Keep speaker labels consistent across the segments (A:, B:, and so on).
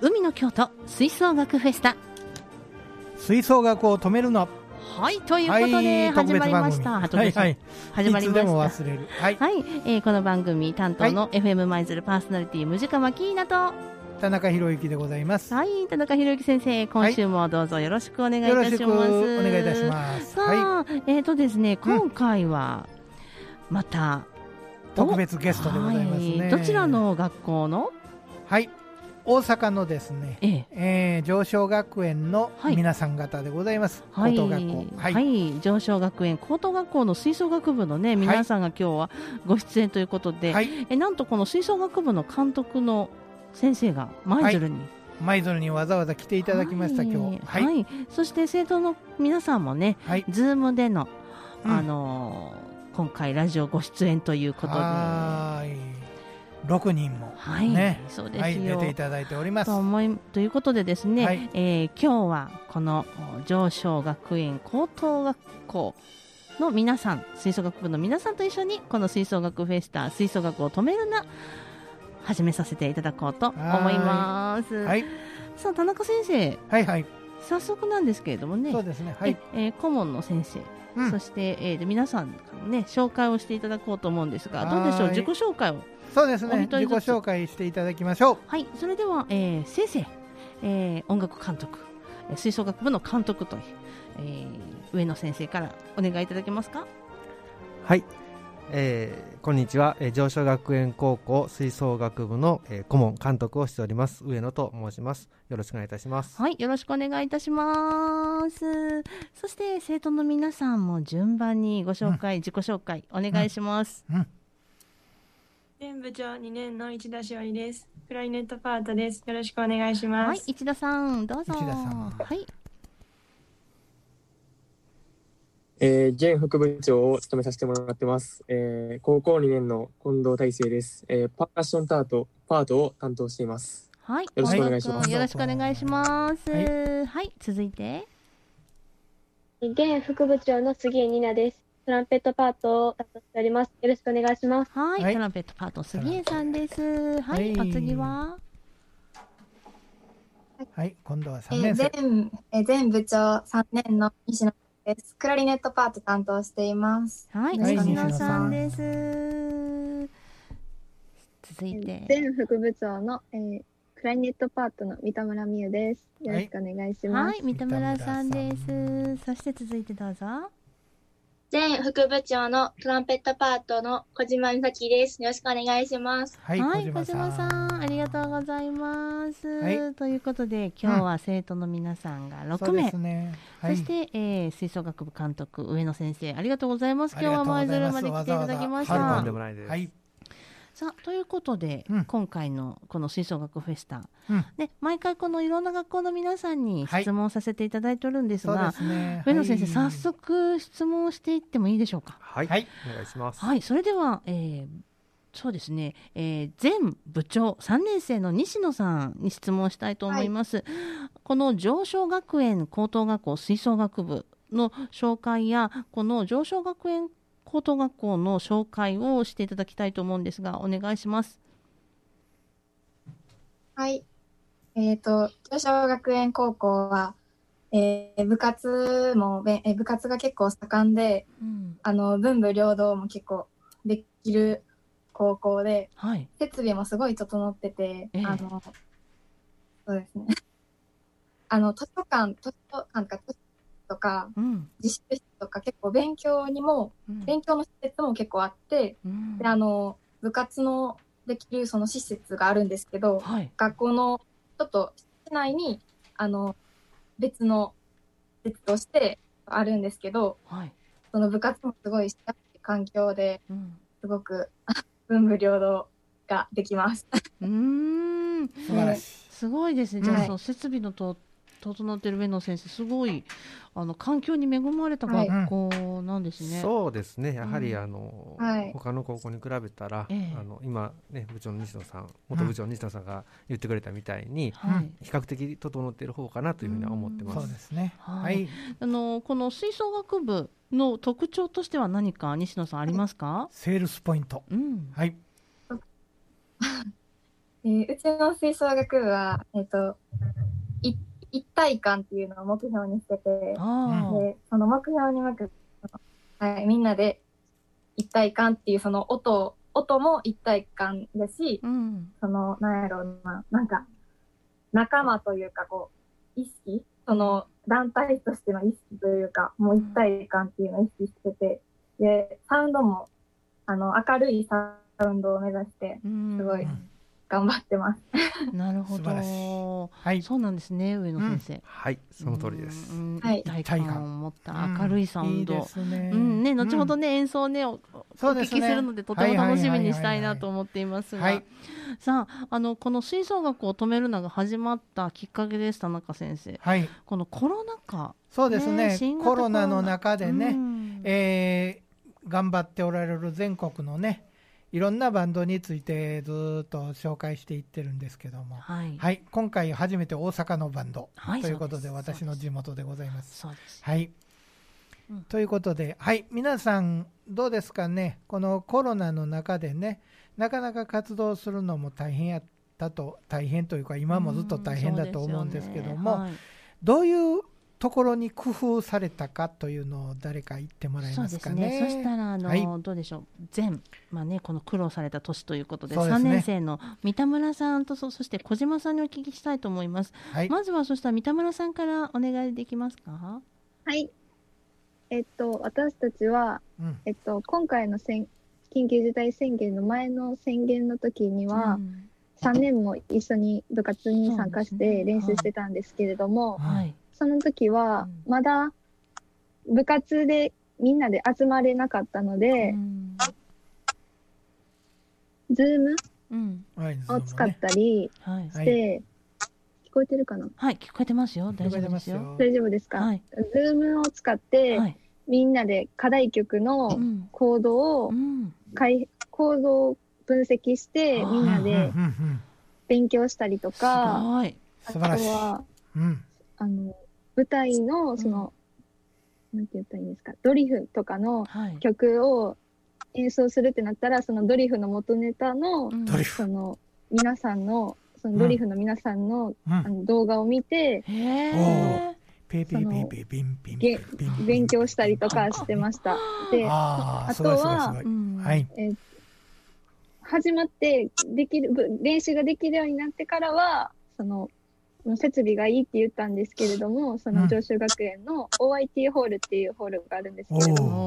A: 海の京都吹奏楽フェスタ
B: 吹奏楽を止めるな
A: はいということで
B: はい特
A: 始
B: 別
A: まりました、
B: 番組
A: は特別
B: はい
A: 始まりま
B: いつでも
A: した
B: 忘れるはい
A: はい、えーこの番組担当の FM 舞鶴パーソナリティムジカマキーナと
B: 田中博之でございます
A: はい田中裕之先生今週もどうぞよろしくお願いい
B: よろ
A: た
B: し
A: し
B: く
A: ます、
B: お願いいたします
A: さ
B: は
A: あ、えっ、とですね今回はまた、
B: い特別ゲストでございます
A: は
B: ね
A: いどちらの学校の
B: はい大阪のですね
A: ええ
B: えー上昇学園の
A: はい
B: 皆さん方でございます、
A: はい、
B: 高等学校
A: は、
B: はいい、
A: 上昇学園高等学校の吹奏楽部のね皆さんが今日はご出演ということで、
B: はい
A: えなんとこの吹奏楽部の監督の先生が舞鶴に、
B: 舞鶴にわざわざ来ていただきました、今日は
A: はいい、
B: は、
A: はいいそして生徒の皆さんもね、ズームでの、
B: うん
A: あのー今回ラジオご出演ということで、は
B: はーい6人も
A: い、
B: ね
A: そうで
B: は
A: す
B: い出
A: よ。
B: ていただいております
A: と思いということでですね、
B: はい
A: えー今日はこのお上昇学園高等学校の皆さん吹奏楽部の皆さんと一緒にこの吹奏楽フェスタ吹奏楽を止めるな始めさせていただこうと思います、
B: はい
A: さあ田中先生
B: はいはい
A: 早速なんですけれどもね
B: そうですねはい、
A: ええー顧問の先生、
B: うん
A: そして、えーで皆さんからね紹介をしていただこうと思うんですがどうでしょう
B: はーい
A: 自己紹介を
B: そうです
A: お
B: ね
A: 一人
B: 自
A: ず
B: 己
A: つ
B: 紹介していただきましょう
A: はい、それでは、えー先生、えー音楽監督、えー吹奏楽部の監督という、えー上野先生からお願いいただけますか。
C: はい、えーこんにちは、えー上昇学園高校吹奏楽部の、えー顧問監督をしております上野と申しますよろしくお願いいたします
A: はい、よろしくお願いいたします。そして生徒の皆さんも順番にご紹介、自己紹介お願いします。
D: 全部長2年の市田しおりです。クライネットパートです。よろしくお願いします。
A: はい、市田さんどうぞ。
B: 市田さん
A: はい、
E: えー、J 副部長を務めさせてもらってます。えー、高校2年の近藤大成です。えー、パーカッションタート、パートを担当しています。
A: はい、
E: ろしくお願いします
A: 近藤君よろしくお願いします。
B: は
A: はい、続いて。
F: 現副部長の杉江里奈です。トランペットパートを担当しております。よろしくお願いします。
A: はい、
B: はい
A: トランペットパート杉江さんです。はい、
B: はい
A: お次は。
B: はい今度は3
G: え
B: 年生
G: ー、全えー全部長3年の西野です。クラリネットパート担当しています。
A: はい、
G: は
A: 西
G: い
A: 野
B: 西野
A: さ
B: さ
A: ん
B: ん
A: です。続いて。
F: 前副部長の、えークライネットパートの三田村美優です。よろしくお願いしま
A: は
F: す。
A: い、三田村さんで
B: 三
A: す。そして続いてどうぞ。
H: 前副部長のトランペットパートの小島美咲です。よろしくお願いします。
B: はい
A: 小島さん、ありがとうございます。
B: はい
A: ということで、今日は生徒の皆さんが
B: そ
A: 6
B: う
A: 名。
B: で
A: そ
B: すねはい
A: して、えー吹奏楽部監督上野先生ありがとうございます
B: あ
A: 今
B: りが
A: 日
B: と
A: は
B: うござい
A: 舞鶴
B: ます
A: まで来ていただきました
B: わざわざ
C: とんでもないです、
B: はい
A: さあということで、
B: うん
A: 今回のこの吹奏楽フェスタ、
B: うん
A: ね、毎回このいろんな学校の皆さんに
B: はい
A: 質問させていただいておるんです
B: そう
A: が
B: で、すね
A: 上野先生、
B: はい
A: 早速質問をしていってもいいでしょうか。
C: はい、
B: はい
C: お願いします
A: はい、それでは、えーそうですね、えー前部長3年生の西野さんに質問したいと思います。この上昇学園高等学校吹奏楽部の紹介やこの上昇学園高等学校の紹介をしていただきたいと思うんですがお願いします。
G: はい。えっ、と、上昇学園高校は、えー部活もべん、えー部活が結構盛んで、あの、文武両道も結構できる高校で、
A: はい、
G: 設備もすごい整ってて、
A: ええ
G: あの、そうですね。 あの、図書館、図書館とか、図書とか、
A: うん
G: 自習室とか結構勉強にも、
A: うん
G: 勉強の施設も結構あって、
A: うん
G: であの部活のできるその施設があるんですけど
A: はい、
G: 学校のちょっと室内にあの別の施設としてあるんですけど
A: はい、
G: その部活もすごいしやすい環境で
A: うん
G: すごく 文武両道ができます。
A: うーん、
B: 素晴らしい
A: すごいですね。じゃあ、
G: はい
A: その設備のと整ってる上野先生、すごいあの環境に恵まれた
G: はい
A: 学校なんですね。
C: そうですねやはり、
A: うん
C: あの、
G: はい
C: 他の高校に比べたら、
A: ええ
C: あの今ね部長の西野さん元部長の西野さんが言ってくれたみたいに、
A: は
B: う
A: い。
C: 比較的整っている方かなというふうには思ってま
A: うん
C: す、
B: そうですね
A: はい
B: はい
A: あのこの吹奏楽部の特徴としては何か西野さんありますか？
B: セールスポイント。
A: うん。
B: はい。
G: えーうちの吹奏楽部は、えっ、と、い一体感っていうのを目標にしてて、
A: ああ、
G: でその目標に向く、はい、みんなで一体感っていうその音を、音も一体感だし、
A: うん。
G: その、なんやろうな、なんか、仲間というか、こう、意識その、団体としての意識というか、もう一体感っていうのを意識してて、で、サウンドも、あの、明るいサウンドを目指して、
A: うん、
G: すごい
B: ん
G: 頑張ってます。
A: なるほ
B: 素晴らし
A: ど。
B: はい。
A: そうなんですね、上野先生。
C: はい、その通りです。
A: うん。
G: はい
A: 一体感を持った明るいサウン
B: うんいい
A: ド
B: で。すね。
A: うんね、後ほど
B: ね。
A: ね、演奏ね、おお
B: そう
A: 聞
B: で
A: き
B: す
A: す
B: ね
A: るので、とても楽しみにしたいなと思っています
B: は
A: が
B: い。
A: さあ、あの、この吹奏楽を止めるのが始まったきっかけです、田中先生。
B: はい。
A: このコロナ禍。
B: そうです
A: ね
B: ね
A: 新。型
B: コロナの中でね、
A: うん
B: えー頑張っておられる全国のね、いろんなバンドについてずーっと紹介していってるんですけども、
A: はい。
B: はい、今回初めて大阪のバンド
A: はい
B: ということで、
A: そうです
B: 私の地元でございます。
A: そうです。
B: はい、
A: うん
B: ということで、はい、皆さん、どうですかね、このコロナの中でね、なかなか活動するのも大変やったと、大変というか、今もずっと大変だと思うんですけども、
A: うん
B: どういうところに工夫されたかというのを誰か言ってもらえ
A: そ
B: ま
A: うですす
B: かね。
A: ね。そしたらあの、
B: はい
A: どうでしょう。前まあねこの苦労された年ということで、
B: そうで
A: 三
B: すね
A: 年生の三田村さんとそそして小島さんにお聞きしたいと思います。
B: はい、
A: まずはそしたら三田村さんからお願いできますか。
F: はい。えっと、私たちは、
B: うん
F: えっと、今回の宣緊急事態宣言の前の宣言の時には、
A: うん
F: 3年も一緒に部活に参加し
A: そうですね
F: て練習してたんですけれども、
A: はい。
F: その時は
A: うん
F: まだ部活でみんなで集まれなかったので
A: う、ん
F: ズーム
A: うん
B: はい
F: を使ったり
A: はい。
F: して、聞こえてるかな
A: はい聞こえてます
B: そ
A: よ。大
B: うですね
A: 丈夫ですよ。
B: 聞こえて
F: 大丈夫ですか、
A: はい。
F: ズームを使って、
A: はい。
F: みんなで課題曲の
A: うん。
F: コードを
A: うん。
F: 解コードを分析して
A: あー
F: みん
B: ま
F: な
B: すよ
F: で
B: うんうんうんうん
F: 勉強したりと
A: す
F: か、
A: ごい。
F: あ
B: 素
F: と
B: 晴らしい。
F: は
B: うん、
F: あの舞台のその、なんて言ったらいいんですかドリフとかの
A: はい。
F: 曲を演奏するってなったらそのドリフの元ネタの、
A: うん
B: ドリフ。
F: その皆さんのそのドリフの皆さんの,、
B: うん
F: あの動画を見て
A: へえ。
B: ピーピーピーピーピンピンピンピン
F: 勉強したりとかしてました。で
B: ああ、
F: あ
B: す
F: と
B: ごい
F: は
B: すごいすごい。
A: うん
B: はい。
F: 始まってできるぶ練習ができるようになってからはその設備がいいって言ったんですけれどもそ
B: うん
F: の上州学園の OIT ホールっていうホールがあるんですけれども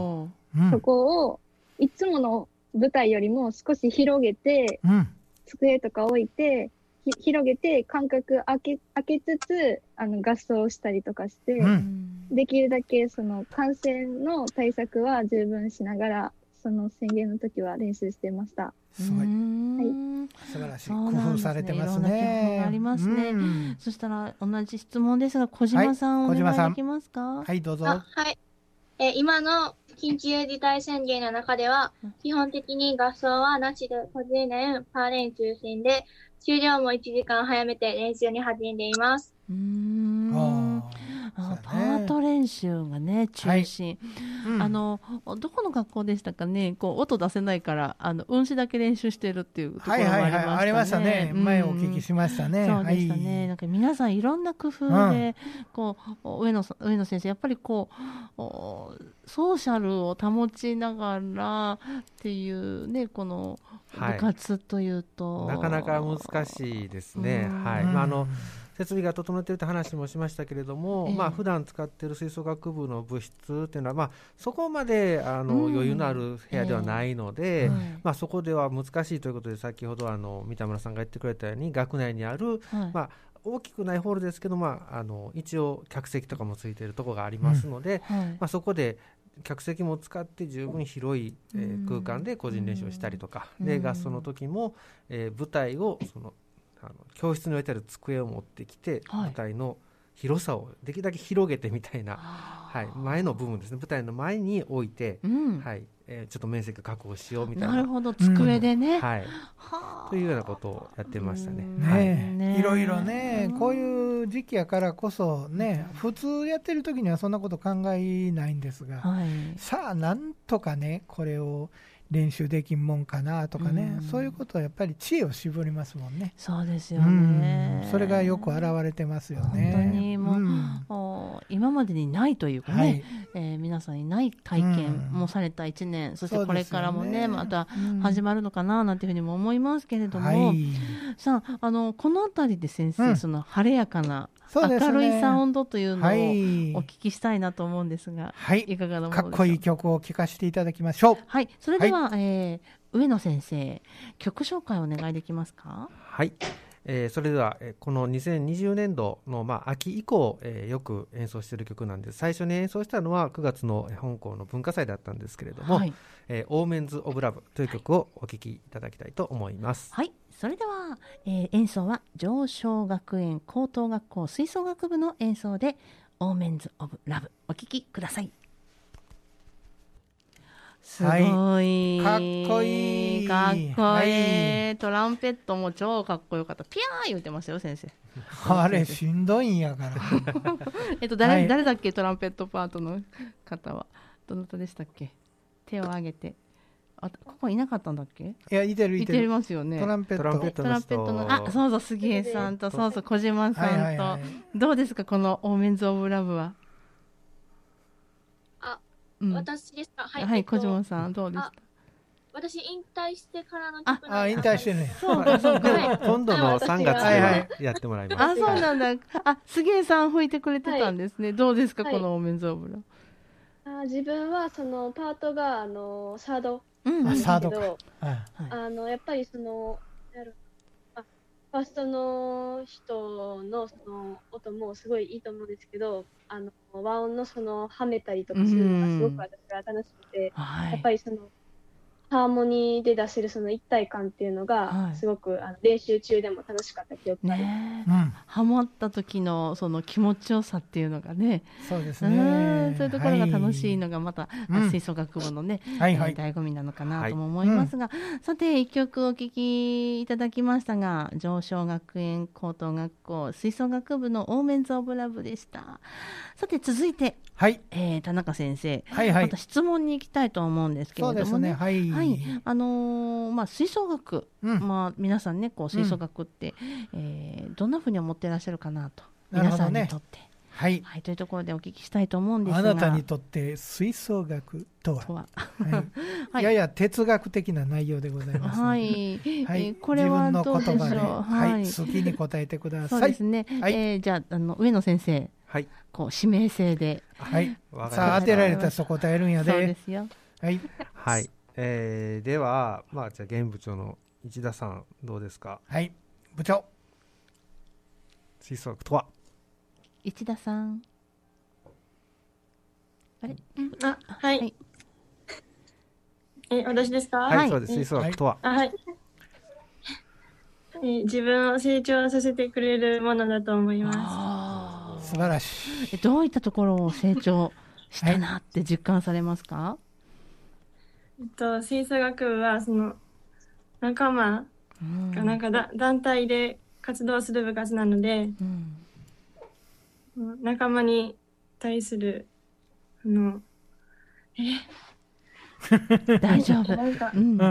B: お
A: おー
B: うん
F: そこをいつもの舞台よりも少し広げて
B: うん。
F: 机とか置いてひ広げて間隔空け空けつつあの合奏したりとかして、
B: う。
A: うんん
F: できるだけその感染の対策は十分しながらその宣言の時は練習してました。
B: すご
A: う
B: い。
A: ん
B: 素晴らしい。
A: そう
B: 工
A: なんですね
B: 夫されてます
A: いろんな工
B: ね
A: 夫。がありますね
B: うん
A: そしたら同じ質問ですが小島さ
B: はい
A: ん、お
B: 小島さ
A: 願
B: ん
A: いできますか、
B: はい、どうぞ。
H: あはい。えー今の緊急事態宣言の中では
A: うん、
H: 基本的に合奏はなしで50年パー練中心で、終了も1時間早めて練習に励んでいます。
A: うーん
B: あそ
A: あ
B: うだね
A: パート練習がね中心、
B: ーうん
A: あのどこの学校でしたかねこう音出せないからあの運指だけ練習してるっていうところが
B: はいはいはい、あ
A: あり
B: り
A: ま
B: ま
A: し
B: したた
A: ね,、
B: ね。前お聞き
A: ま
B: しました
A: し
B: ね。
A: そうでしたね、
B: は。
A: ないんか皆さんいろんな工夫で、こう上野さん上野先生やっぱりこうおソーシャルを保ちながらっていうねこの
C: はい
A: 部活というと、
C: なかなか難しいですね。
A: うん
C: はい、
B: うん
C: まあ、あの、設備が整っているって話もしましたけれども、
A: ええ
C: まあ普段使っている吹奏楽部の部室っていうのは、まあ、そこまであの、
A: うん
C: 余裕のある部屋ではないので、
A: はい
C: まあ、そこでは難しいということで先ほどあの三田村さんが言ってくれたように学内にある
A: はい
C: まあ大きくないホールですけど、まあ、あの一応客席とかもついているところがありますので、
A: はい
C: まあ、そこで客席も使って十分広い、えー
A: うん
C: 空間で個人練習をしたりとか、
A: うん
C: で合奏の時も、えー舞台をそのあの教室に置いてある机を持ってきて、
A: はい
C: 舞台の広さをできるだけ広げてみたいな、はい、前の部分ですね舞台の前に置いて、
A: うん
C: はいえーちょっと面積確保しようみたい
A: な
C: な
A: るほど机でね、
C: はい、
A: はあ
C: というようなことをやってましたね。
A: うん
C: はい
B: ねえ
A: ねえ
B: いろいろね
A: うん
B: こういう時期やからこそね普通やってる時にはそんなこと考えないんですが
A: はい
B: さあなんとかねこれを練習できんもんかなとかね
A: うん
B: そういうことはやっぱり知恵を絞りますもんね。
A: そうですよ
B: うん
A: ね
B: それがよく表れてますよね。
A: 本当にもうんお今までにないというかね、
B: はい
A: えー皆さんにない体験
B: うん
A: もされた1年、そして
B: そうですよね
A: これからもねまた
B: うん
A: 始まるのかななんていうふうにも思いますけれども、
B: はい
A: さああのこの辺りで先生、
B: うん
A: その晴れやかな
B: そうですね
A: 明るいサウンドというのを
B: はい
A: お聞きしたいなと思うんですが、
B: はい
A: い、かがなものでし
B: か
A: ょう
B: っこいい曲を聴かせていただきましょう。
A: はい、それでは、えー上野先生曲紹介お願いできますか
C: はい、えーそれでは、えーこの2020年度の、まあ、秋以降、えーよく演奏している曲なんです最初に演奏したのは9月のえー本校の文化祭だったんですけれども「
A: はい、
C: えーオーメンズ・オブ・ラブ」という曲をお聴きいただきたいと思います。
A: はい、それでは、えー演奏は上昇学園高等学校吹奏楽部の演奏で「オーメンズ・オブ・ラブ」お聴きください。すごい、
B: かっこいい
A: かっこいい、
B: は
A: トランペットも超かっこよかったピャー言ってましたよ先生
B: あれしんどいんや から。
A: えっと誰,、
B: はい
A: 誰だっけトランペットパートの方はどなたでしたっけ手を挙げてあここいなかったんだっけ
B: いやいてるい
A: い
B: て
A: て
B: る。
A: ますよね
B: トランペッ
C: トランペ
B: ト
C: ッ。ト
A: トランペットのあそうそう杉江さんとそうそう小島さんと、
B: はいはいはい
A: どうですかこの「オーメンズ・オブ・ラブは」
H: あ
A: うんは、
H: 私ですかはいえっと
A: 小島さんどうですか
H: あ私引退してからの
A: あ
H: 曲
B: あ引退して るね。
A: そうかそう
C: で
A: か
C: も今度の3月
B: はいは
C: にやってもらいます。
A: あそうなんだあ杉江さん吹いてくれてたんですね、どうですか
I: はい
A: この「オーメンズ・オブ・ラブ
I: あー自分はそのパートがあのサード」
A: うん
I: なんです
B: サード
I: けど
B: あ
I: あのやっぱりそのなんやろあファーストの人のその音もすごいいいと思うんですけどあの和音のそのはめたりとかするのがすごく私は楽しくて、
A: は
I: やっ
A: い
I: ぱりそのハーモニーで出せるその一体感っていう
A: は
I: のが
A: い
I: すごくあの練習中でも楽しかった記憶があります。
A: ねえ
B: うん
A: ハマった時のその気持ちよさっていうのがね
B: そうです
A: う
B: ね
A: ん。そういうところが楽しいのがまた、
B: はいうん
A: 吹奏楽部のね、
B: はいはい
A: えー醍醐味なのかなとも思いますが、さて一曲お聴きいただきましたが上昇学園高等学校吹奏楽部のオーメンズ・オブ・ラブでしたさて続いて、
B: はい
A: えー田中先生、
B: はいは
A: ま
B: い
A: た。質問に行きたいと思うんですけ
B: そ
A: れ
B: うで
A: ど
B: す
A: も
B: ね。
A: ね。
B: はい。
A: はい、あのーまあ吹奏楽、
B: うん。
A: まあ皆さんねこう吹奏楽って、えーどんな風に思ってらっしゃるかなと
B: なる
A: 皆
B: ほ
A: さ
B: どね
A: んにとって、
B: はい。
A: はいというところでお聞きしたいと思うんですが
B: あなたにとって吹奏楽とは
A: とは は
B: はいい、やや哲学的な内容でございますので。
A: はい、え
B: はい
A: ーこれはどうでしょう。
B: 自分の言葉で、
A: は
B: はい
A: い、
B: 好きに答えてくだ
A: そう
B: さ
A: で
B: い
A: す。ね。
B: はい
A: えーじゃああの上野先生、
C: はい、
A: こう指名制で、
B: はい。
C: わかりました
B: さあ当てられた人答えるん
A: そ
B: や
A: うで
B: です
A: よ。
B: はい。
C: はい、えーでは、まあ、じゃあ現部長の市田さんどうですか
B: はい。部長。
C: 吹奏楽とは
A: 一田さん、
D: あ、はい。
A: はい
D: え、私ですか、
C: はい、
A: はい
C: そうです吹奏楽とは、
D: あ、はい。えー自分を成長させてくれるものだと思いま
A: あ
B: 素晴らしい。
A: ーえどういったところを成長したなって実感されますか。
D: す。えっと、吹奏楽部は、その、仲間
A: うん
D: が、なんかだ、団体で活動する部活なので、
A: うん
D: 仲間に対する、あの、
A: 大丈 夫。
D: なんか
A: う、ん、
B: う
A: わ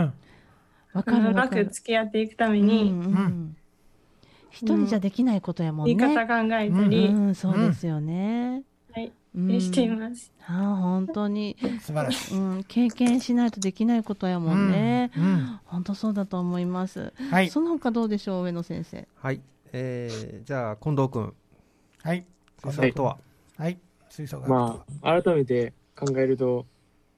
B: ん。
A: かる
D: う
A: わ
D: ま
A: か
D: く
A: る。
D: 付き合っていくため
A: うん
D: に、
A: うんうん一人じゃできないことやもん
D: 言
A: ね。
D: い方考えた
A: う
D: り、
A: ん、そうですよね。
D: はい、
A: うん
D: しています。
A: あー本当に。
B: 素晴らしい。
A: うん、経験しないとできないことやもんね。
B: うん。
A: 本当そうだと思います。
B: うんはい。
A: その他どうでしょう、上野先生。
C: はい、えーじゃあ近藤君
B: はい。
C: 吹奏楽とは、
B: はい。吹奏楽。
E: まあ、改めて考えると、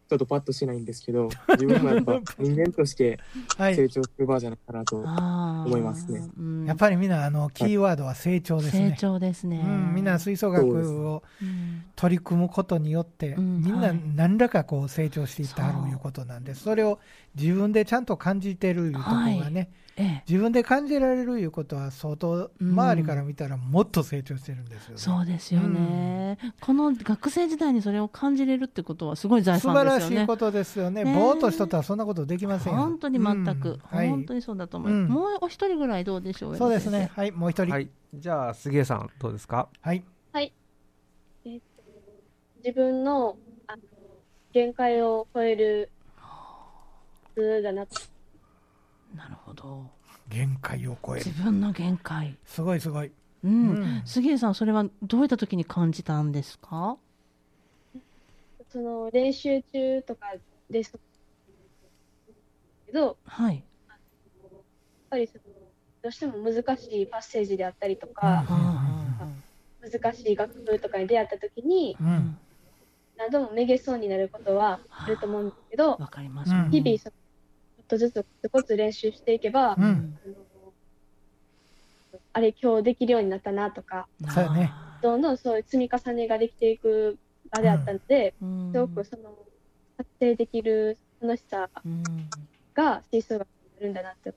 E: ちょっとパッとしないんですけ ど、自分もやっぱ人間として
B: はい
E: 成長する場じゃないかなと思いますね。
A: うん
B: やっぱりみんなあのキーワードは成長です
A: 成
B: ね。
A: 長ですね。
B: うん、みんな吹奏楽を
A: うん
B: 取り組むことによって、
A: うん
B: みん
A: は
B: ない何らかこう成長していったは
A: そう
B: るいうことなんです。それを自分でちゃんと感じてるいうところがね、
A: ええ、
B: 自分で感じられるいうことは相当
A: うん
B: 周りから見たらもっと成長してるんですよね。
A: そうですよね、この学生時代にそれを感じれるってことはすごい財
B: 素
A: 産
B: 晴
A: で
B: ら
A: すよ
B: し
A: ね。
B: いことですよね。
A: ねえ
B: ぼーっとしとったらそんなことできませんよ
A: 本当に全く、
B: うんはい
A: 本当にそうだと思います、
B: うん
A: もうお一人ぐらいどうでしょう
B: そうです
A: 上野
B: ね
A: 先。
B: はい、もう一人。
C: はい、じゃあ杉江さんどうですか
B: はい
I: 自分のあの限界を超える普通だなと
A: 生なるほど
B: 限界を超える
A: 自。分の限界
B: すごいすごい。
A: うん、
B: うん
A: 杉江さんそれはどういった時に感じたんですか
I: その練習中とかですけどやっ
A: はい
I: ぱりそのどうしても難しいパッセージであったりと
B: うん
I: か、難しい楽譜とかに出会った時に
B: うんうん
I: 何度もめげそうになることはあると思うんですけど
A: わかります、
B: うん
I: 日々そのちょっとずつコツコツ練習していけば、
B: うん
I: あれ今日できるようになったなとか
B: そうやね
A: あ
I: どんどんそういう積み重ねができていく場であったので、
A: ーうん
I: すごくその達成できる楽しさ
A: うん
I: が吹奏楽になるんだなって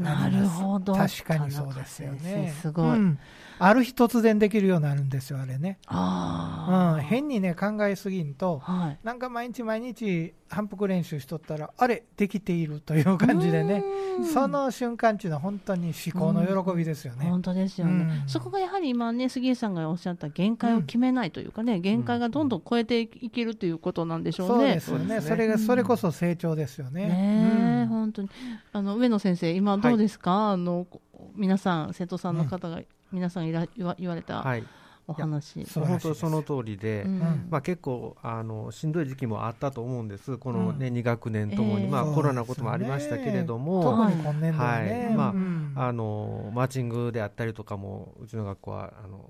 A: なるほど
B: 確かにそうですよ
A: 田中先
B: ね
A: 生。すごい、
B: うんある日突然できるようになるんですよ、あれね。
A: ああ、
B: うん、変にね、考えすぎんと、
A: はい
B: なんか毎日毎日反復練習しとったら、あれ、できているという感じでね、
A: うん
B: その瞬間っていうのは本当に思考の喜びですよね。
A: 本当ですよね、
B: うん
A: そこがやはり今ね杉江さんがおっしゃった限界を決めないというかね、限界がどんどん超えていけるということなんでしょうね。
B: そうですよね。
C: そうですね
B: それが、それこそ成長ですよね。
A: ねえ、
B: うん
A: 本当にあの上野先生今どうですか、あのこ皆さん生徒さんの方が、皆さんいら言わ言われた
C: はい
A: お話、
B: 素晴ら
C: 本
B: しい
C: 当
B: です
C: その通りで、
A: うん
B: ん
C: まあ、結構あのしんどい時期もあったと思うんです、この、ね
B: う
C: 2学年ともに、
A: ええ
C: まあ、コロナのこともありましたけれど
B: そう
C: も、
B: ですね特に今年度はね、
C: はいまあ
B: うん
C: あのマーチングであったりとかも、うちの学校はあの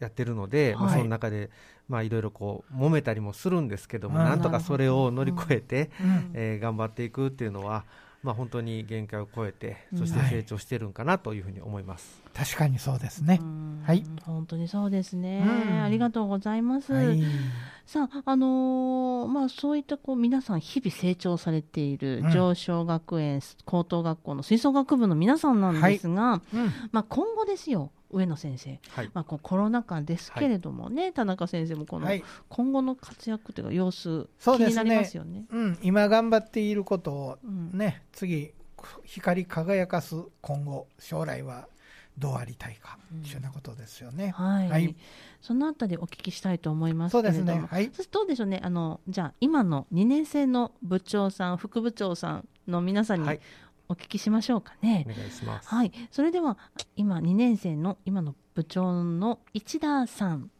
C: やってるので、まあ、
A: はい
C: その中で、まあ、いろいろこう揉めたりもするんですけども、
B: うん
C: なんとかそれを乗り越えて、
B: うん
C: えー頑張っていくっていうのは、まあ、本当に限界を超えて、
A: うん
C: そして成長してるんかなというふうに思います。
B: 確かにそうですね
A: う。ん
B: はい
A: 本当にそうですね、
B: うん
A: ありがとうございます、
B: はい
A: さあ、あのーまあ、そういったこう皆さん日々成長されている
B: うん
A: 上昇学園、高等学校の吹奏楽部の皆さんなんですが、
B: うん
A: まあ、今後ですよ上野先生、
C: はい
A: まあ、こうコロナ禍ですけれどもね、田中先生もこの
B: はい
A: 今後の活躍というか様子、
B: そう
A: 気
B: ですね
A: になりますよね。
B: うん、今頑張っていることを
A: うん
B: ね、次、光り輝かす今後、将来はどうありたいか、
A: うん
B: というようなことですよね。
A: はい、
B: はい
A: そのあたりお聞きしたいと思います
B: そう
A: けれ
B: で
A: ど
B: す
A: も、
B: ね。はい。
A: そしてどうでしょうねあのじゃあ今の2年生の部長さん副部長さんの皆さん
C: は
A: に
C: い
A: お聞きしましょうかね
C: お。願いします。
A: はい、それでは今2年生の今の部長の市田さん、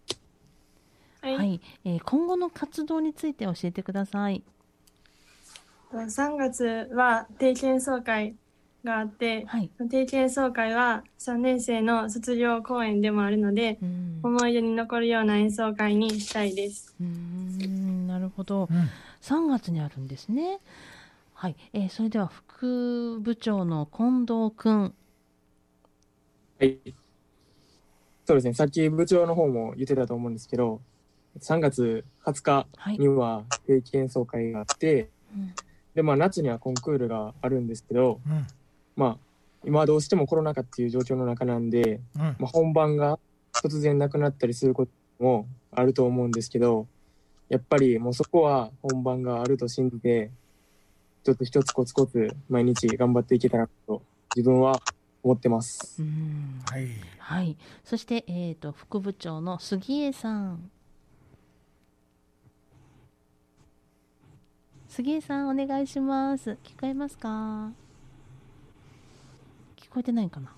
D: は
A: はい
D: い。
A: えー今後の活動について教えてください。
D: 3月は定期演奏会があって、
A: はい、
D: 定期演奏会は3年生の卒業公演でもあるので、
A: うん
D: 思い出に残るような演奏会にしたいです。
A: うーんなるほど
B: うん
A: 3月にあるんですね。はい、えーそれでは副部長の近藤くん、
E: はい。そうですね、さっき部長の方も言ってたと思うんですけど、3月20日
A: はい、
E: には定期演奏会があって、
A: うん
E: で、まあ夏にはコンクールがあるんですけど、
B: うん
E: まあ今どうしてもコロナ禍っていう状況の中なんで、
B: うん
E: まあ、本番が突然なくなったりすることもあると思うんですけど、やっぱりもうそこは本番があると信じて、ちょっと一つコツコツ毎日頑張っていけたらと自分は思ってます。
A: うん
B: はい。
A: はい、そして、えー、と副部長の杉江さん。杉江さん、お願いします。聞こえますか聞こえてないかな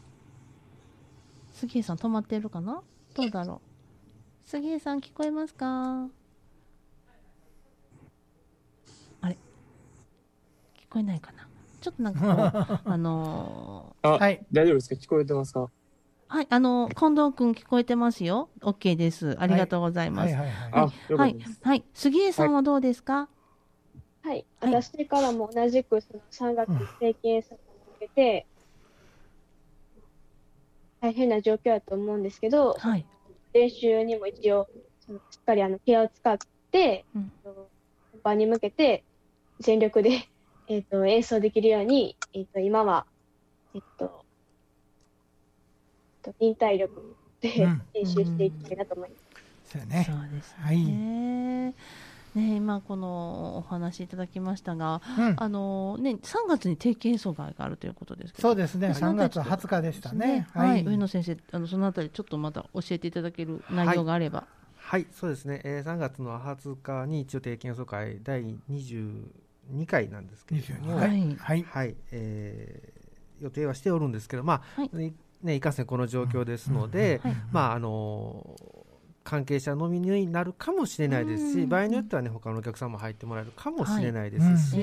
A: 杉江さん、止まってるかなどうだろう杉江さん、聞こえますかあれ聞こえないかなちょっとな んかこう、あのー
E: あ、
B: はい。
E: 大丈夫ですか聞こえてますか
A: はい、あの近藤君聞こえてますよ。オッケーです。ありがとうござい
B: は
A: ま
B: い
A: す。
B: はい
E: あ
B: は、
E: よか
A: は
E: った
A: い
E: です。、
A: はい、杉江さんはどうですか。
I: はい、私からも同じくその3月の定期演奏に向けて、大変な状況だと思うんですけど、
A: はい
I: 練習にも一応そのしっかりあのケアを使って、
A: うん
I: 本番に向けて全力で、 えっと演奏できるように、えっと今は、えっとえっと忍耐力で
B: うん
I: 練習していきたいなと思います。
B: そうやね
A: そうですね。
B: はい
A: ね今このお話いただきましたが、
B: うん
A: あのね3月に定期演奏会があるということですけど。
B: そうですね
A: その
B: 3
A: 辺
B: 月20日でしたね
A: はい、
B: はい
A: 上野先生あのそのあたりちょっとまた教えていただける内容があれば。
C: はい、そうですね、えー、3月の20日に一応定期演奏会第22回なんですけれども、
B: 22回
A: はい
B: はい
C: はいえー予定はしておるんですけど、まあ
A: はい
C: いね、いかんせんこの状況ですので、
A: うんうん
C: まああのー関係者のみになるかもしれないです
A: うんう
C: し、
A: ん
C: 場合によってはね、他のお客さんも入ってもらえるかもしれないです
B: はい
C: し、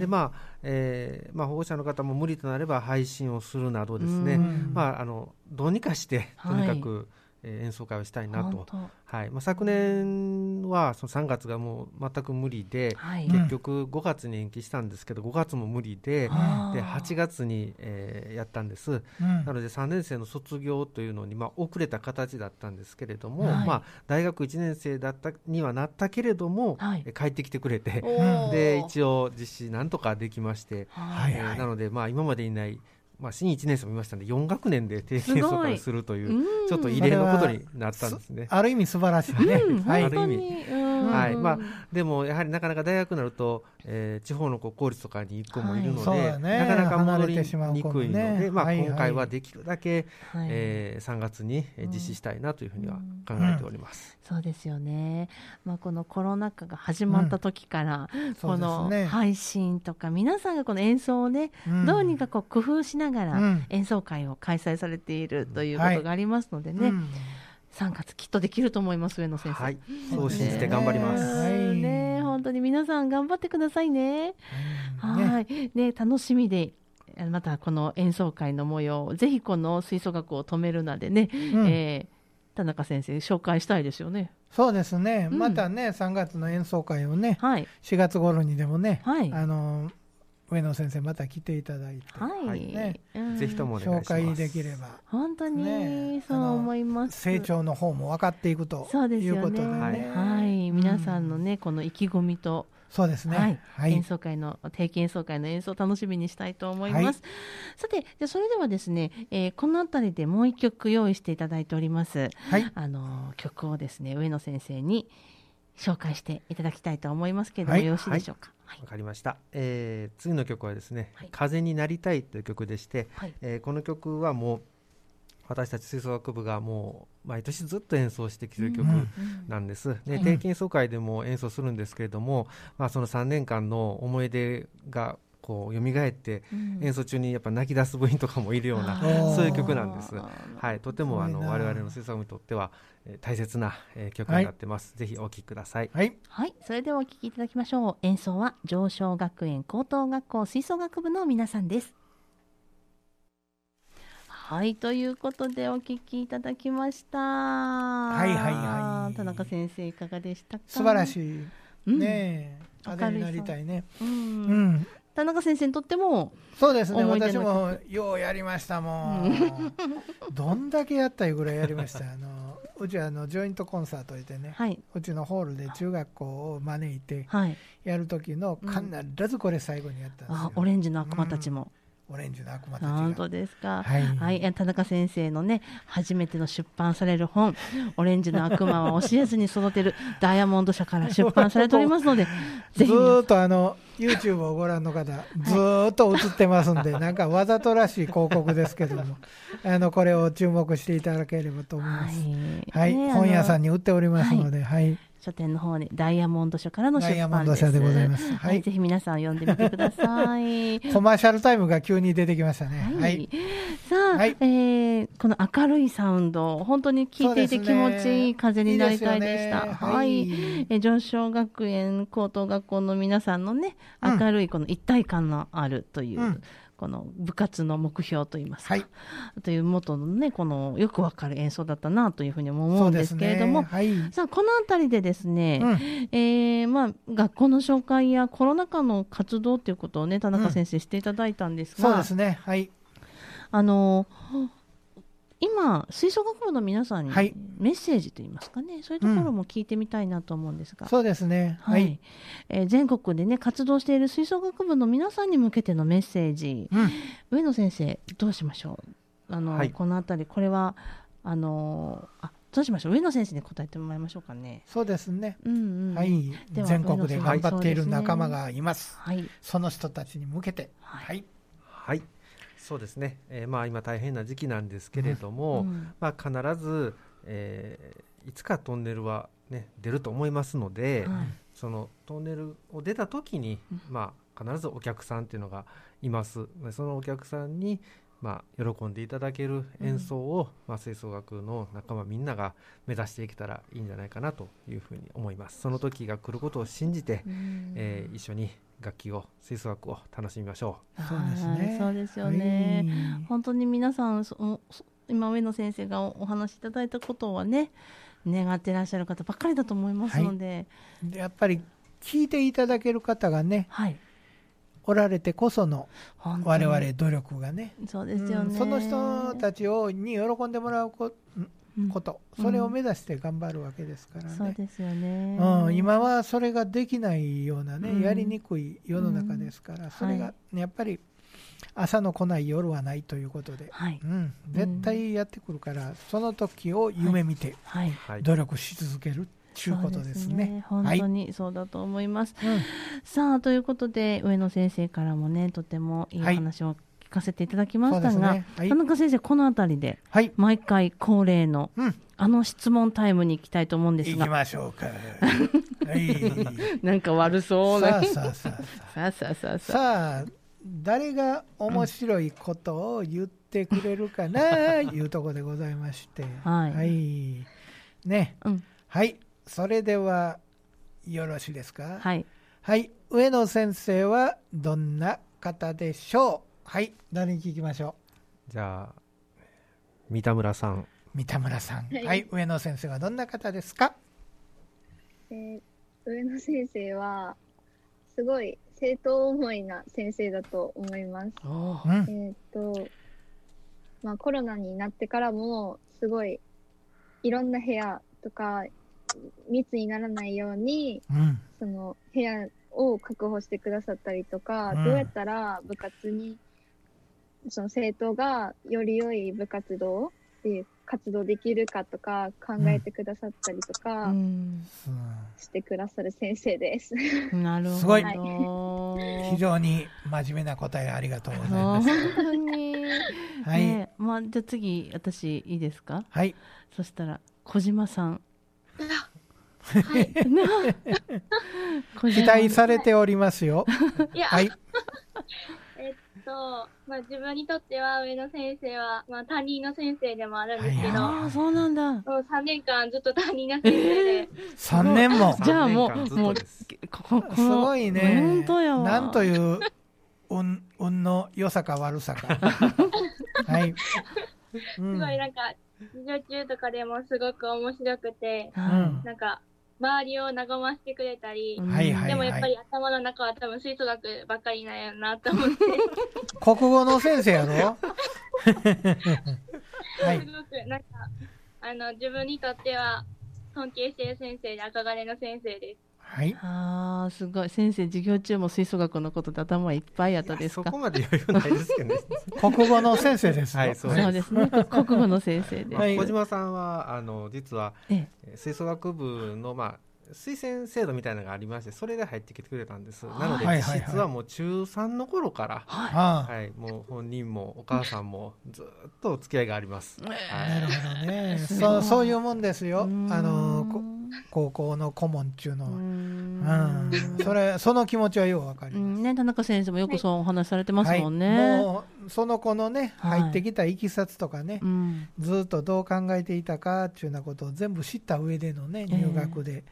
C: でまあえーまあ、保護者の方も無理となれば配信をするなどですね、
B: うん
C: まあ、あのどうにかして、と
A: はい
C: にかく、えー演奏会をしたい
A: あ
C: なとはいまあ、昨年はその3月がもう全く無理で、
A: はい。
B: うん
C: 結局5月に延期したんですけど5月も無理で
A: あー
C: で8月に、えーやったんです
B: うん
C: なので3年生の卒業というのに、まあ、遅れた形だったんですけれども、
A: はい
C: まあ、大学1年生だったにはなったけれども、
A: はい
C: えー帰ってきてくれて
A: おー
C: で一応実施なんとかできまして、
A: はい
B: はい
C: えーなので、まあ、今までいない、まあ、新1年生もいましたので4学年で定期演奏会をするという
A: うん
C: ちょっと異例のことになったんですね。
B: ある意味素晴らしいね、
A: うん
B: はい
A: 本当にうん
C: はいまあでもやはりなかなか大学になると、えー地方のこう公立とかに行く子もいるので、
B: はいそうだね
C: なかなか戻り
B: 離れてしまう
C: に
B: 子も
C: く
B: ね
C: いので、まあ、
B: はいはい
C: 今回はできるだけ、
A: はい
C: えー3月にえー
A: うん
C: 実施したいなというふうには考えております。
A: そうですよね、まあ、このコロナ禍が始まった時から、こ
B: そう
A: の
B: ですね
A: 配信とか、皆さんがこの演奏をね、
B: ん
A: どうにかこう工夫しなが
B: う
A: ら
B: ん
A: 演奏会を開催されているということがありますのでね、
B: うん
A: 3月きっとできると思います、上野先生。
C: はい、
B: ん
C: そう信じて頑張ります。
B: はい
A: ねね本当に皆さん頑張ってくださいね。はい、ね、楽しみで。あまたこの演奏会の模様をぜひこの吹奏楽を止めるなでね、
B: うん
A: えー田中先生紹介したいですよね。
B: そうですね、
A: うん
B: またね3月の演奏会をね
A: はい、
B: 4月頃にでもね、
A: はい
B: あの上野先生また来ていただいて、
A: はい、
B: ね
A: うん
C: ぜひともお願いしま
B: 紹
C: す。
B: 介できれば
A: 本当に、
B: ね
A: そう思います。
B: 成長の方も分かっていくと
A: そうです
B: いう
A: よ
B: ことで
A: ね。
B: ね
A: はい、皆さんのねこの意気込みと、
B: そうですね
A: はい、
B: はい、
A: 演奏会の定期演奏会の演奏を楽しみにしたいと思います。
B: はい
A: さて、じゃあそれではですね、えーこのあたりでもう一曲用意していただいております。
B: はい
A: あのー曲をですね上野先生に紹介していただきたいと思いますけれども、
B: はい
A: よろしいでしょうか。はい
C: わかりました、えー次の曲はですね「
A: はい
C: 風になりたい」という曲でして、
A: はい
C: えーこの曲はもう私たち吹奏楽部がもう毎年ずっと演奏してきてる曲
B: うん
C: なんです、で
A: はい
C: 定期演奏会でも演奏するんですけれども、まあ、その3年間の思い出がこう蘇って
A: うん
C: 演奏中にやっぱ泣き出す部員とかもいるような、
B: ー
C: そういう曲なんです
A: あー
C: はい、とてもあ
B: す
C: の
B: ごいな
C: 我々の吹奏楽部にとっては、えー大切な、えー曲になってます、ぜひお聴きください
B: はい
A: はい、それではお聞きいただきましょう。演奏は上昇学園高等学校吹奏楽部の皆さんです。はい、ということでお聞きいただきました。はい
B: はいはい
A: 田中先生いかがでしたか。
B: 素晴ら
A: い。
B: しい、
A: うん、
B: ね
A: 明るい
B: 風になりたいね
A: う、
B: うんん
A: 田中先生にとっても、
B: そうですね
A: 思い出
B: 私
A: の
B: もようやりましたもん、どんだけやったいうぐらいやりましたあのうちはあのジョイントコンサートでね
A: はい、
B: うちのホールで中学校を招いて
A: はい、
B: やる時の必ずこれ最後にやったんです
A: あ
B: よ、
A: オレンジの悪魔たちも、
B: オレンジの悪魔たち
A: 本
B: が
A: 当ですか。
B: はい、
A: はい、え田中先生のね初めての出版され る本「オレンジの悪魔は教えずに育てるダイヤモンド社」から出版されております ので
B: ず
A: ぜひ皆
B: ー
A: さ
B: っとあの YouTube をご覧の方ずーっと映ってますんで、なんかわざとらしい広告ですけど もあのこれを注目していただければと思い
A: ん
B: ます
A: は
B: はい、
A: いね
B: 本屋
A: あ
B: さん
A: の
B: に売っておりますのではい、
A: 書店の方にダイヤモンド社からの出
B: ダ
A: 版です
B: イヤモンド社でございます
A: は、
B: はいい
A: ぜひ皆さん読んでみてください
B: コマーシャルタイムが急に出てきましたね
A: はい、
B: はい、
A: さあ、
B: はい
A: えーこの明るいサウンド本当に聴いていて
B: そうで
A: 気
B: すね
A: 持ちいい風になりたいでした
B: いいですよね
A: はい
B: はい
A: えー上昇学園高等学校の皆さんのね
B: うん
A: 明るいこの一体感のあるという、
B: うん
A: この部活の目標といいますか、はい、という元のねこのよくわかる演奏だったなというふうにも思うんですけれども、ねはい、さあこの辺りでですね、うん、えー、まあ、学校の紹介やコロナ禍の活動ということをね田中先生していただいたんですが、
B: うん、そうですねはい
A: あの今吹奏楽部の皆さんにメッセージといいますかね、はい、そういうところも聞いてみたいなと思うんですが、
B: うん、そうですね、
A: はい、はい、えー、全国でね活動している吹奏楽部の皆さんに向けてのメッセージ、うん、上野先生どうしましょうあの、はい、この辺りこれはあのあどうしましょう上野先生に答えてもらいましょうかね
B: そうですね、うんうん、はい全国で頑張っている仲間がいます、はい、その人たちに向けてはい、
C: はいそうですね、えー、まあ、今、大変な時期なんですけれども、うん、まあ、必ず、えー、いつかトンネルは、ね、出ると思いますので、はい、そのトンネルを出た時に、まあ、必ずお客さんというのがいます。そのお客さんにまあ、喜んでいただける演奏を、うん、まあ、吹奏楽の仲間みんなが目指していけたらいいんじゃないかなというふうに思いますその時が来ることを信じて、うん、えー、一緒に楽器を吹奏楽を楽しみましょ
A: う。そうですね。そうですよね。はい、本当に皆さん今上野先生がお話しいただいたことはね願ってらっしゃる方ばっかりだと思いますので、
B: はい、やっぱり聞いていただける方がね、はい、おられてこその我々努力がね、
A: そうですよね、うん、
B: その人たちをに喜んでもらうこと、うん、それを目指して頑張るわけですからね、
A: そうですよね、
B: うん、今はそれができないようなね、うん、やりにくい世の中ですから、それが、ね、やっぱり朝の来ない夜はないということで、はい、うん、絶対やってくるから、その時を夢見て努力し続ける。ということですね、ね、
A: 本当にそうだと思います、はいうん、さあということで上野先生からもねとてもいい話を聞かせていただきましたが、はいねはい、田中先生この辺りで、毎回恒例の、うん、あの質問タイムに行きたいと思うんですが
B: 行きましょう か
A: なんか悪そうな
B: さあさあさあさあさあ誰が面白いことを言ってくれるかな、うん、いうとこでございましてはい、ね、はいそれではよろしいですか、
A: はい、
B: はい。上野先生はどんな方でしょうはい。誰に聞きましょ
C: うじゃあ、三田村さん。
B: 三田村さん。はい。はい、上野先生はどんな方ですか
F: えー、上野先生は、すごい生徒思いな先生だと思います。うん、えっ、ー、と、まあコロナになってからも、すごい、いろんな部屋とか密にならないように、うん、その部屋を確保してくださったりとか、うん、どうやったら部活にその生徒がより良い部活動っていう活動できるかとか考えてくださったりとか、してくださる先生です。
A: うん、なるほ
B: ど。非常に真面目な答えありがとうございます。
A: 本当に。はい、ね。まあじゃあ次私いいですか。
B: はい。
A: そしたら小島さん。
F: はい、
B: 期待されておりますよ。
F: いや、
B: はい、
F: えっと、まあ、自分にとっては上野先生は、まあ、担任の先生でもあるんですけど、
A: あそうなんだ。も
F: う3年間ずっと担任の先生で。えー、3
B: 年も
A: じゃあもう、もう、
B: ここすごいね。なんという、運、運の良さか悪さ か。はい。
F: すごいなんか、授業中とかでもすごく面白くて、うん、なんか、周りを和ませてくれたり、うん、でもやっぱり頭の中は多分吹奏楽ばっかりなんやなと思って。
B: 国語の先生や ろ
F: すごく、なんか、 あの、自分にとっては尊敬してる先生で憧れの先生です。
B: はい。
A: ああ、すごい。先生、授業中も吹奏楽のことで頭いっぱいやったですか
C: そこまで余裕ないですけどね。
B: 国語の先生です。
C: はい、
A: そうで す。ね。国語の先生で。
C: まあ、小島さんは、あの、実は、吹奏楽部の、まあ、推薦制度みたいなのがありまして、それで入ってきてくれたんです。なので、実はもう中3の頃から、はい、はい、もう本人もお母さんもずっとお付き合いがあります。
B: なるほどね。そう、そういうもんですよ。あの、高校の顧問っていうのは。うん、それ、その気持ちはようわかります
A: ね、田中先生もよくそうお話されてますもんね。
B: はい、もう、その子のね、入ってきたいきさつとかね、ずっとどう考えていたかっていうようなことを全部知った上でのね、入学で。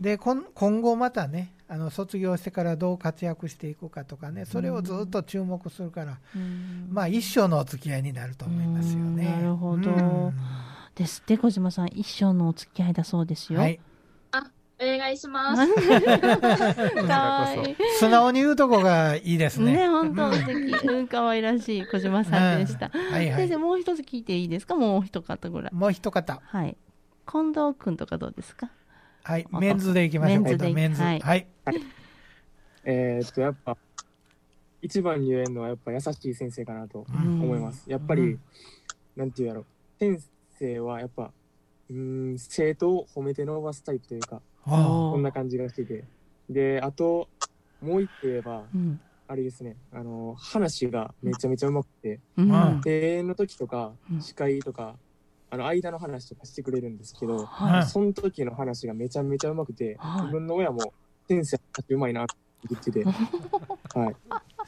B: で、今後またね、あの卒業してからどう活躍していくかとかねそれをずっと注目するから、うん、まあ一生のお付き合いになると思いますよね。
A: なるほど、うん、ですって小島さん一生のお付き合いだそうですよ。はい、
H: あお願いします。
B: 素直に言うとこがいいですね。
A: ね本当素敵、可愛らしい小島さんでした。うんはいはい、先生もう一つ聞いていいですかもう一方ぐらい。
B: もう一方。
A: はい。近藤君とかどうですか。
B: はい、メンズでいきましょう。メンズメンズ。はい。はい、
E: えー、っと、やっぱ、一番に言えるのは、やっぱ優しい先生かなと思います。やっぱり、うん、なんていうやろう。先生は、やっぱ、うん、生徒を褒めて伸ばすタイプというか、こんな感じがしてて。で、あと、もう一個言えば、うん、あれですね、あの、話がめちゃめちゃうまくて、うん、庭園の時とか、司会とか、あの間の話とかしてくれるんですけど、はい、その時の話がめちゃめちゃうまくて、はい、自分の親も先生たちうまいなって言って て、はい、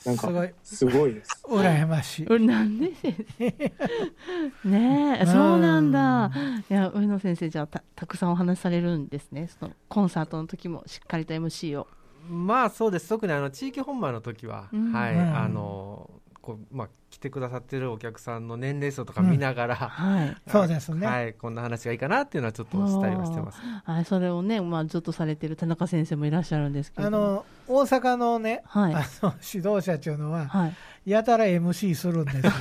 E: なんかすごいです。
B: 羨ましい。
A: なんで先生ねえ、そうなんだ。いや上野先生じゃたたくさんお話されるんですね。そのコンサートの時もしっかりと MC を。
C: まあそうです特にあの地域本番の時は、うん、はいあのこうまあ来てくださってるお客さんの年齢層とか見ながら、 うん
B: はい、そうですね、
C: はい、こんな話がいいかなっていうのはちょっとしたりはしてます、
A: はい、それをね、まあ、ずっとされてる田中先生もいらっしゃるんですけど
B: あの大阪のね、はい、あの指導者っていうのは、 はい、やたら MC するんですよ。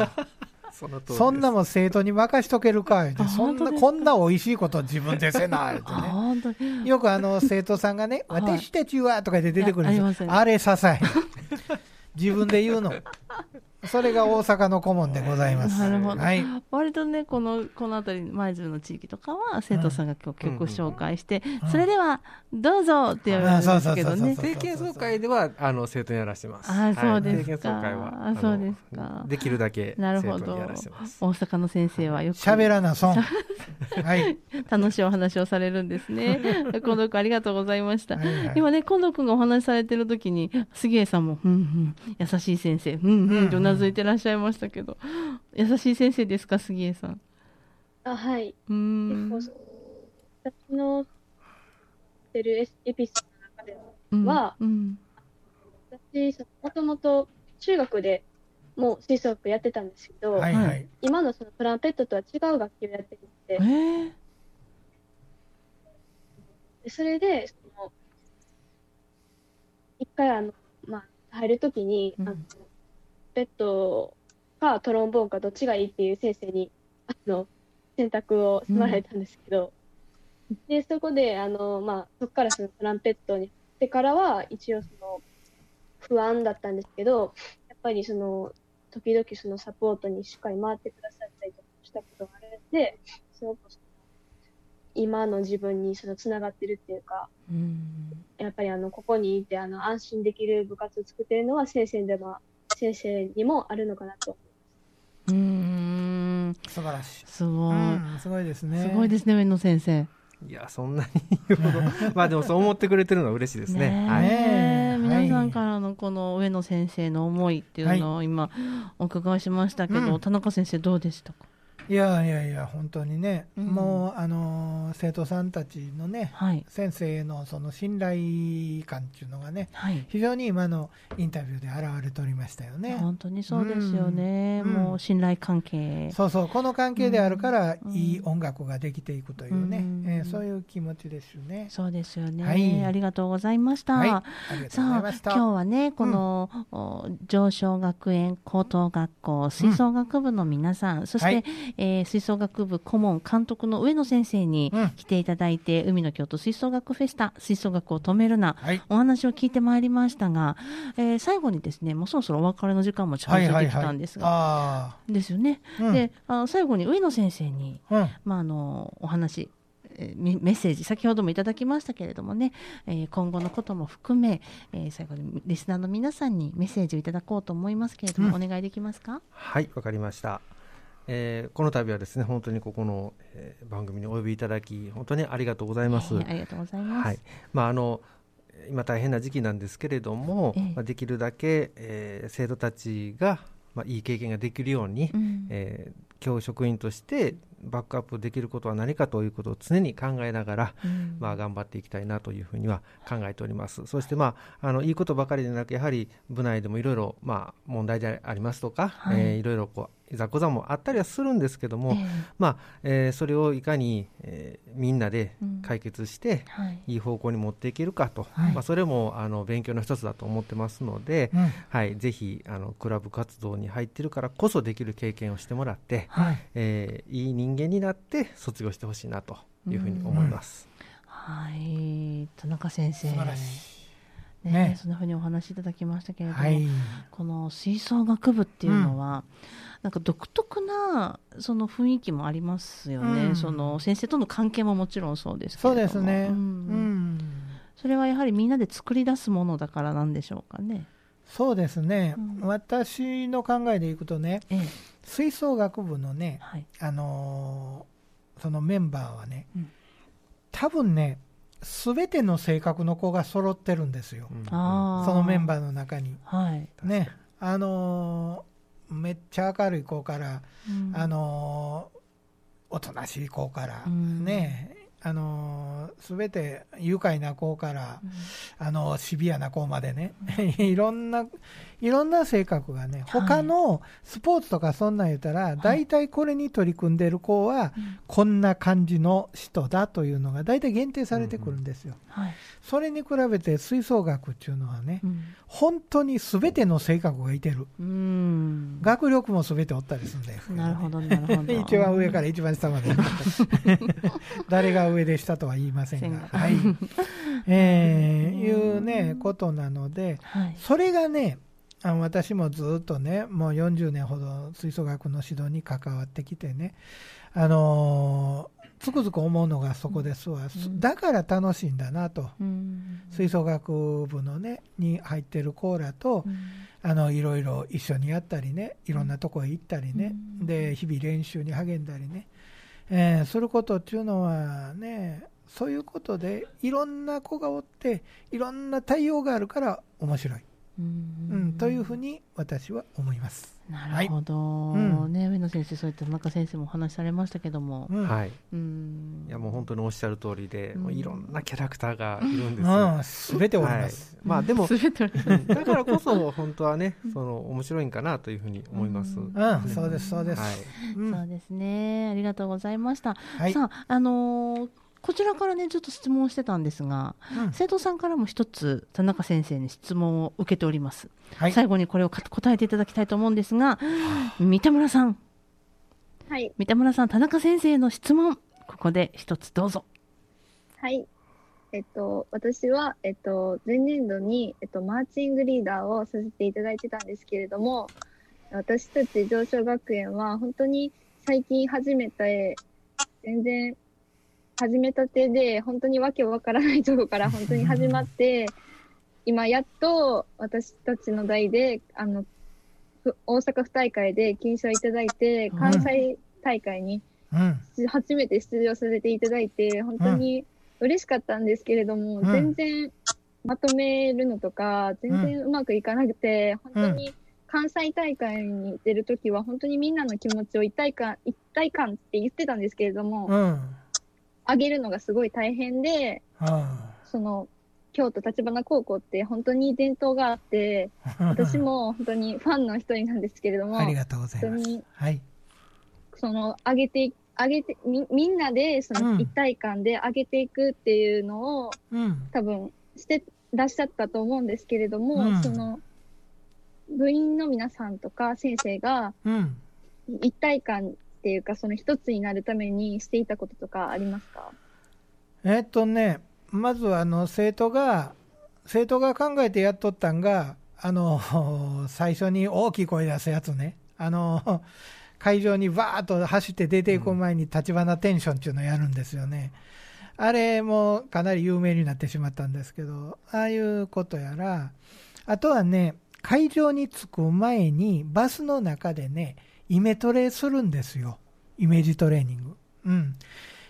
B: そ,そんなも生徒に任しとけるかいそんなこんなおいしいこと自分でせないってねよくあの生徒さんがね「私たちは」とかで出てくるんですよ、ね、あれ支え自分で言うの。それが大阪の顧問でございます。
A: なるほど。はい、割とね、この、この辺り、舞鶴の地域とかは、生徒さんが今日曲紹介して、それでは、どうぞって言われるんですけどね。
C: 定期演奏会では、あの、生徒にやらしてます。
A: あ、そうです
C: か。は。
A: あ、そうですか。
C: できるだけ、
A: なるほど。大阪の先生はよく。
B: 喋らな損。
A: はい。楽しいお話をされるんです ね。近藤君、ありがとうございました。今ね、近藤君がお話しされてる時に、杉江さんも、うんうん、優しい先生、うんうん、とうなずいてらっしゃいましたけど、優しい先生ですか、杉江さん。
I: あ、はい。うん。私のてるエピソードの中では、うん、うん、私、もともと中学でもう吹奏楽やってたんですけど、はいはい、今のそのトランペットとは違う楽器をやっていて、えー、それで、その、一回あの、まあ、入るときに、うん、ペットかトロンボーンかどっちがいいっていう先生にあの選択を迫られたんですけど、うん、でそこであの、まあ、そこからそのトランペットに行ってからは一応その不安だったんですけどやっぱりその時々そのサポートにしっかり回ってくださったりとかしたことがあるのですごく今の自分にそのつながってるっていうか、うん、やっぱりあのここにいてあの安心できる部活を作ってるのは先生でも先生にもあるのかなと。
A: うん
B: 素晴らしい。
A: すごい、
B: すごいですね。
A: すごいですね、上野先生。
C: いや、そんなに言うほど。 まあでもそう思ってくれてるのは嬉しいですね。
A: ね皆さんからのこの上野先生の思いっていうのを今お伺いしましたけど、田中先生どうでしたか
B: いやいやいや、本当にね、もう、あの、生徒さんたちのね、先生のその信頼感っていうのがね、非常に今のインタビューで現れておりましたよね。
A: 本当にそうですよね。もう信頼関係、
B: そうそう、この関係であるから、いい音楽ができていくというね、うえそういう気持ちですよね。
A: そうですよね。ありがとうございました。さあ、今日はね、この、上昇学園高等学校吹奏楽部の皆さん、そして、えー、吹奏楽部顧問監督の上野先生に来ていただいて、うん、海の京都吹奏楽フェスタ吹奏楽を止めるな、はい、お話を聞いてまいりましたが、えー、最後にですねもうそろそろお別れの時間も近づいてきたんですが、はいはいはい、ですよね、うん、であ最後に上野先生に、うん、まあ、あのお話メッセージ先ほどもいただきましたけれどもね、え今後のことも含め、え最後にリスナーの皆さんにメッセージをいただこうと思いますけれども、お願いできますか
C: はいわかりましたえー、この度はですね本当にここの、えー、番組にお呼びいただき本当にありがとうございます。
A: ありがとうございます。はい、
C: まああの今大変な時期なんですけれども、えー、まあ、できるだけ、えー、生徒たちが、まあ、いい経験ができるように、うん、えー、教職員としてバックアップできることは何かということを常に考えながら、うん、まあ、頑張っていきたいなというふうには考えております。そして、まあ、あのいいことばかりでなくやはり部内でもいろいろ、まあ、問題でありますとか、はいえー、いろいろこういざこざもあったりはするんですけども、えー、まあえー、それをいかに、えー、みんなで解決して、うんはい、いい方向に持っていけるかと、はい、まあ、それもあの勉強の一つだと思ってますので、うん、はい、ぜひあのクラブ活動に入ってるからこそできる経験をしてもらって、はい、えー、いい人間になって卒業してほしいなというふうに思います。
A: うん、はい、田中先生。ね、ね、そんなふうにお話しいただきましたけれども、はい、この吹奏楽部っていうのは、うん、なんか独特なその雰囲気もありますよね、うん、その先生との関係ももちろんそうですけど、
B: そうですね、うん、うん
A: それはやはりみんなで作り出すものだからなんでしょうかね。
B: そうですね、私の考えでいくとね、ええ、吹奏楽部のね、はい、あのー、そのメンバーはね、多分ねすべての性格の子が揃ってるんですよ、うん、そのメンバーの中に。はい、ね、あのー、めっちゃ明るい子から、うん、あのー、おとなしい子から、うん、ね、あのー、全て愉快な子から、あのシビアな子までね、 いろんな、いろんな性格がね、他のスポーツとかそんなん言ったら、大体これに取り組んでる子は、こんな感じの人だというのが、大体限定されてくるんですよ。それに比べて、吹奏楽っていうのはね、本当に全ての性格がいてる。学力も全ておったりするんです、
A: なるほど、なるほ ど。
B: 一番上から一番下ま で。誰が上でしたとは言いませんが、はい。えー、いうね、ことなので、はい、それがね、あの私もずっとね、もう40年ほど吹奏楽の指導に関わってきてね、あのー、つくづく思うのがそこですわ、うん、だから楽しいんだなと、うん、吹奏楽部のね、に入ってるコーラと、うんあのいろいろ一緒にやったりね、いろんなとこへ行ったりね、で日々練習に励んだりね、えー、することっていうのはねそういうことでいろんな子がおっていろんな対応があるから面白い。うん、うん、というふうに私は思います。
A: なるほど、はいうん、ね上野先生そういった田中先生もお話しされましたけども、、
C: うん、はい、うん、いやもう本当におっしゃる通りで、もういろんなキャラクターがいるんですよ。
B: すべ、ております。、
C: はい、まあでもだからこそ本当はねその面白いんかなというふうに思います。うん
B: そうですそうです、はい
A: そうですねありがとうございました。はい、さああのーこちらからねちょっと質問してたんですが、うん、生徒さんからも一つ田中先生に質問を受けております、はい、最後にこれを答えていただきたいと思うんですが三田村さん、
F: はい、
A: 三田村さん田中先生の質問ここで一つどうぞ
F: はいえっと私は、えっと、前年度に、えっと、マーチングリーダーをさせていただいてたんですけれども私たち上昇学園は本当に最近始めて全然始めたてで、本当にわけわからないとこから本当に始まって、今やっと私たちの代で、あの、大阪府大会で金賞いただいて、関西大会に、初めて出場させていただいて、本当に嬉しかったんですけれども、全然まとめるのとか、全然うまくいかなくて、本当に関西大会に出るときは、本当にみんなの気持ちを一体感、一体感って言ってたんですけれども、上げるのがすごい大変で、その京都立花高校って本当に伝統があって、私も本当にファンの一人なんですけれども、
B: ありがとうございます。はい、
F: その上げて、上げてみ、みんなでその一体感で上げていくっていうのを、うん、多分してらっしゃったと思うんですけれども、うん、その部員の皆さんとか先生が、一体感っていうかその一つになるためにしていたこととかありますか
B: えっとねまずあの生徒が生徒が考えてやっとったんがあの 最初に大きい声出すやつねあの会場にバーッと走って出ていく前に立花テンションっていうのをやるんですよね、うん、あれもかなり有名になってしまったんですけどああいうことやらあとはね会場に着く前にバスの中でねイメトレするんですよ。イメージトレーニング。うん。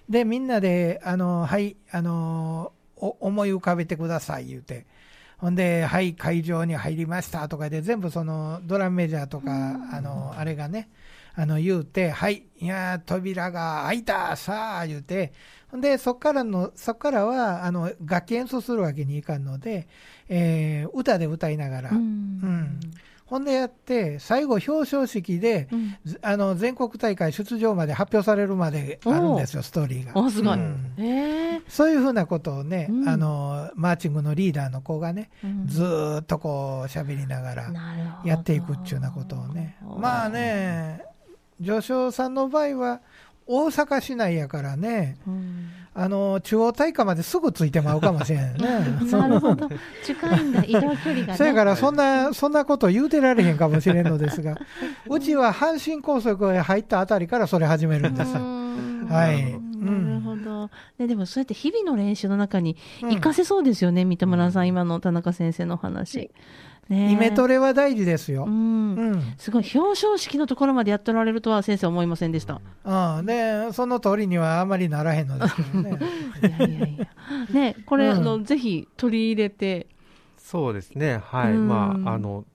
B: で、みんなで、あの、はい、あの、思い浮かべてください、言うて。ほんで、はい、会場に入りましたとかで、全部そのドラムメジャーとか、あの、あれがね、あの、言うて、はい、いや、扉が開いた、さあ、言うて、ほんで、そっからの、そっからは、あの、楽器演奏するわけにいかんので、えー、歌で歌いながら、うん,うんほんでやって、最後表彰式で、うん、あの全国大会出場まで発表されるまであるんですよ、ストーリーが。
A: あすごい、うんえー、
B: そういうふうなことをね、うん、あの、マーチングのリーダーの子がね、ずっとこう喋りながらやっていくっちゅうなことをね。まあね、上昇さんの場合は、大阪市内やからね、あの中央大会まですぐついてまうかもしれんね。
A: なるほど、近いんだ、移動距離が、ね。
B: そやからそんな、そんなこと言うてられへんかもしれんのですが、うちは阪神高速へ入ったあたりからそれ始めるんです。はい。
A: なるほど、ね。でもそうやって日々の練習の中に活かせそうですよね、三田村さん、今の田中先生の話。
B: ね、イメトレは大事ですよ、
A: うんすごい表彰式のところまでやっておられるとは先生思いませんでした、
B: うん、でその通りにはあまりならへんのですけど ねいやいやいや
A: ねこれ、うん、あのぜひ取り入れて
C: そうですねはい、うん、まああの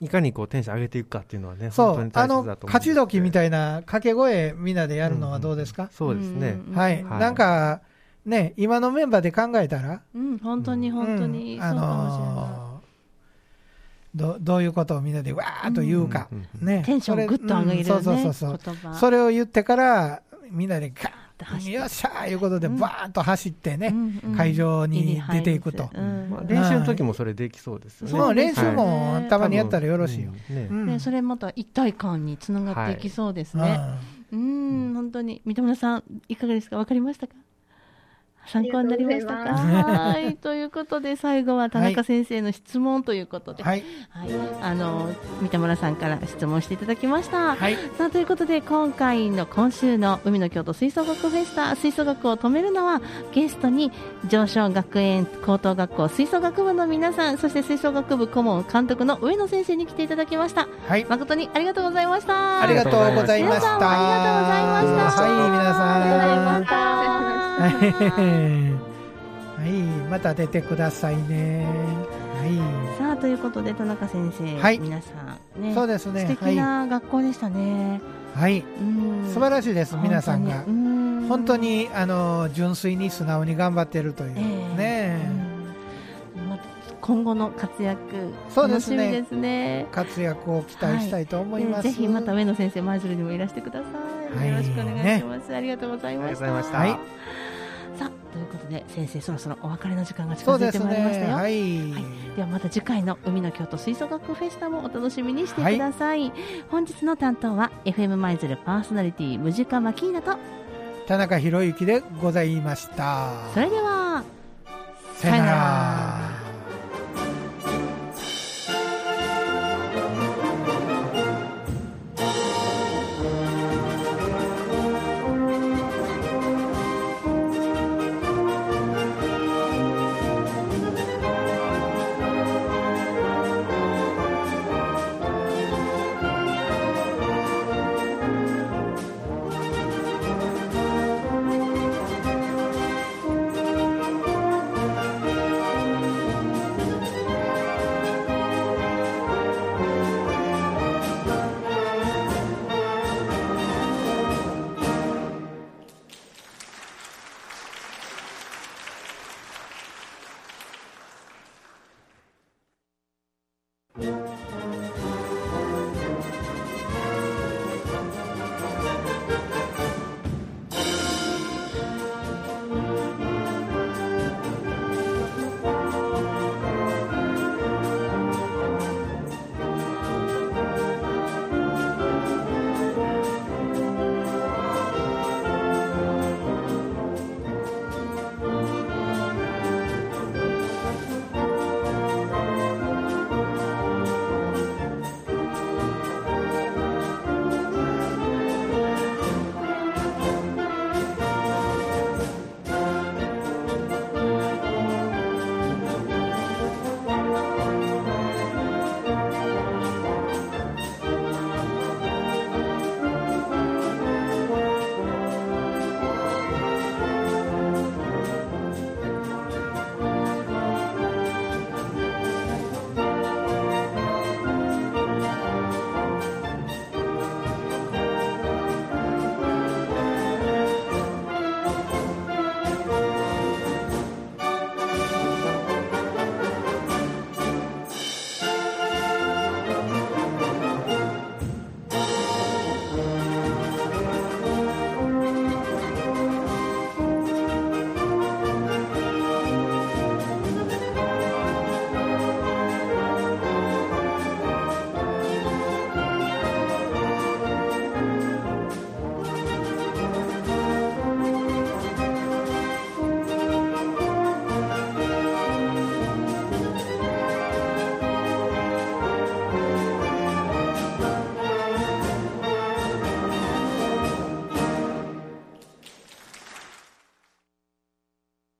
C: いかにこうテンション上げていくかっていうのはね、
B: そうあの勝ち時みたいな掛け声、みんなでやるのはどうですか、うんうん、
C: そうですね、
B: はい、はい、なんかね、今のメンバーで考えたら、
A: うん、本当に本当に、そうかもしれない。
B: どどういうことをみんなでわーっと言うか、ね、
A: テンションをぐっと上げる、ね
B: そうそうそうそうそれを言ってからみんなでガーッとよっしゃーいうことでバーッと走ってね、会場に出ていくと、
C: 練習の時もそれできそうですよね、
B: そう練習もたまにやったらよろしいよ、
A: ねそれまた一体感につながっていきそうですね、うん本当に三田村さんいかがですか分かりましたか参考になりましたか。はい、ということで、最後は田中先生の質問ということで。はい、はい、あの、三田村さんから質問していただきました。はい、さあ、ということで、今回の今週の海の京都吹奏楽フェスタ、吹奏楽を止めるのは。ゲストに上昇学園高等学校吹奏楽部の皆さん、そして吹奏楽部顧問監督の上野先生に来ていただきました。はい、誠にありがとうございました。
B: ありがとうございました。
A: ありがとうございました。
B: はい、皆さん。
A: ありがとうございました。。
B: はい、また出てくださいね。はい
A: さあということで田中先生、
B: はい、
A: 皆さんね、
B: そうですね。
A: 素敵な学校でしたね。
B: はい、うん素晴らしいです皆さんが本当にあの純粋に素直に頑張ってるというね。
A: 今後の活躍
B: そうですね活躍を期待したいと思います、
A: ぜひまた上野先生舞鶴にもいらしてください、よろしくお願いします、ありがとうございましたさあということで先生そろそろお別れの時間が近づいてまいりましたよ、ねはい、はい、ではまた次回の海の京都吹奏楽フェスタもお楽しみにしてください、はい、本日の担当は FM 舞鶴パーソナリティムジカマキーナと
B: 田中博之でございました
A: それでは
B: さよならうん。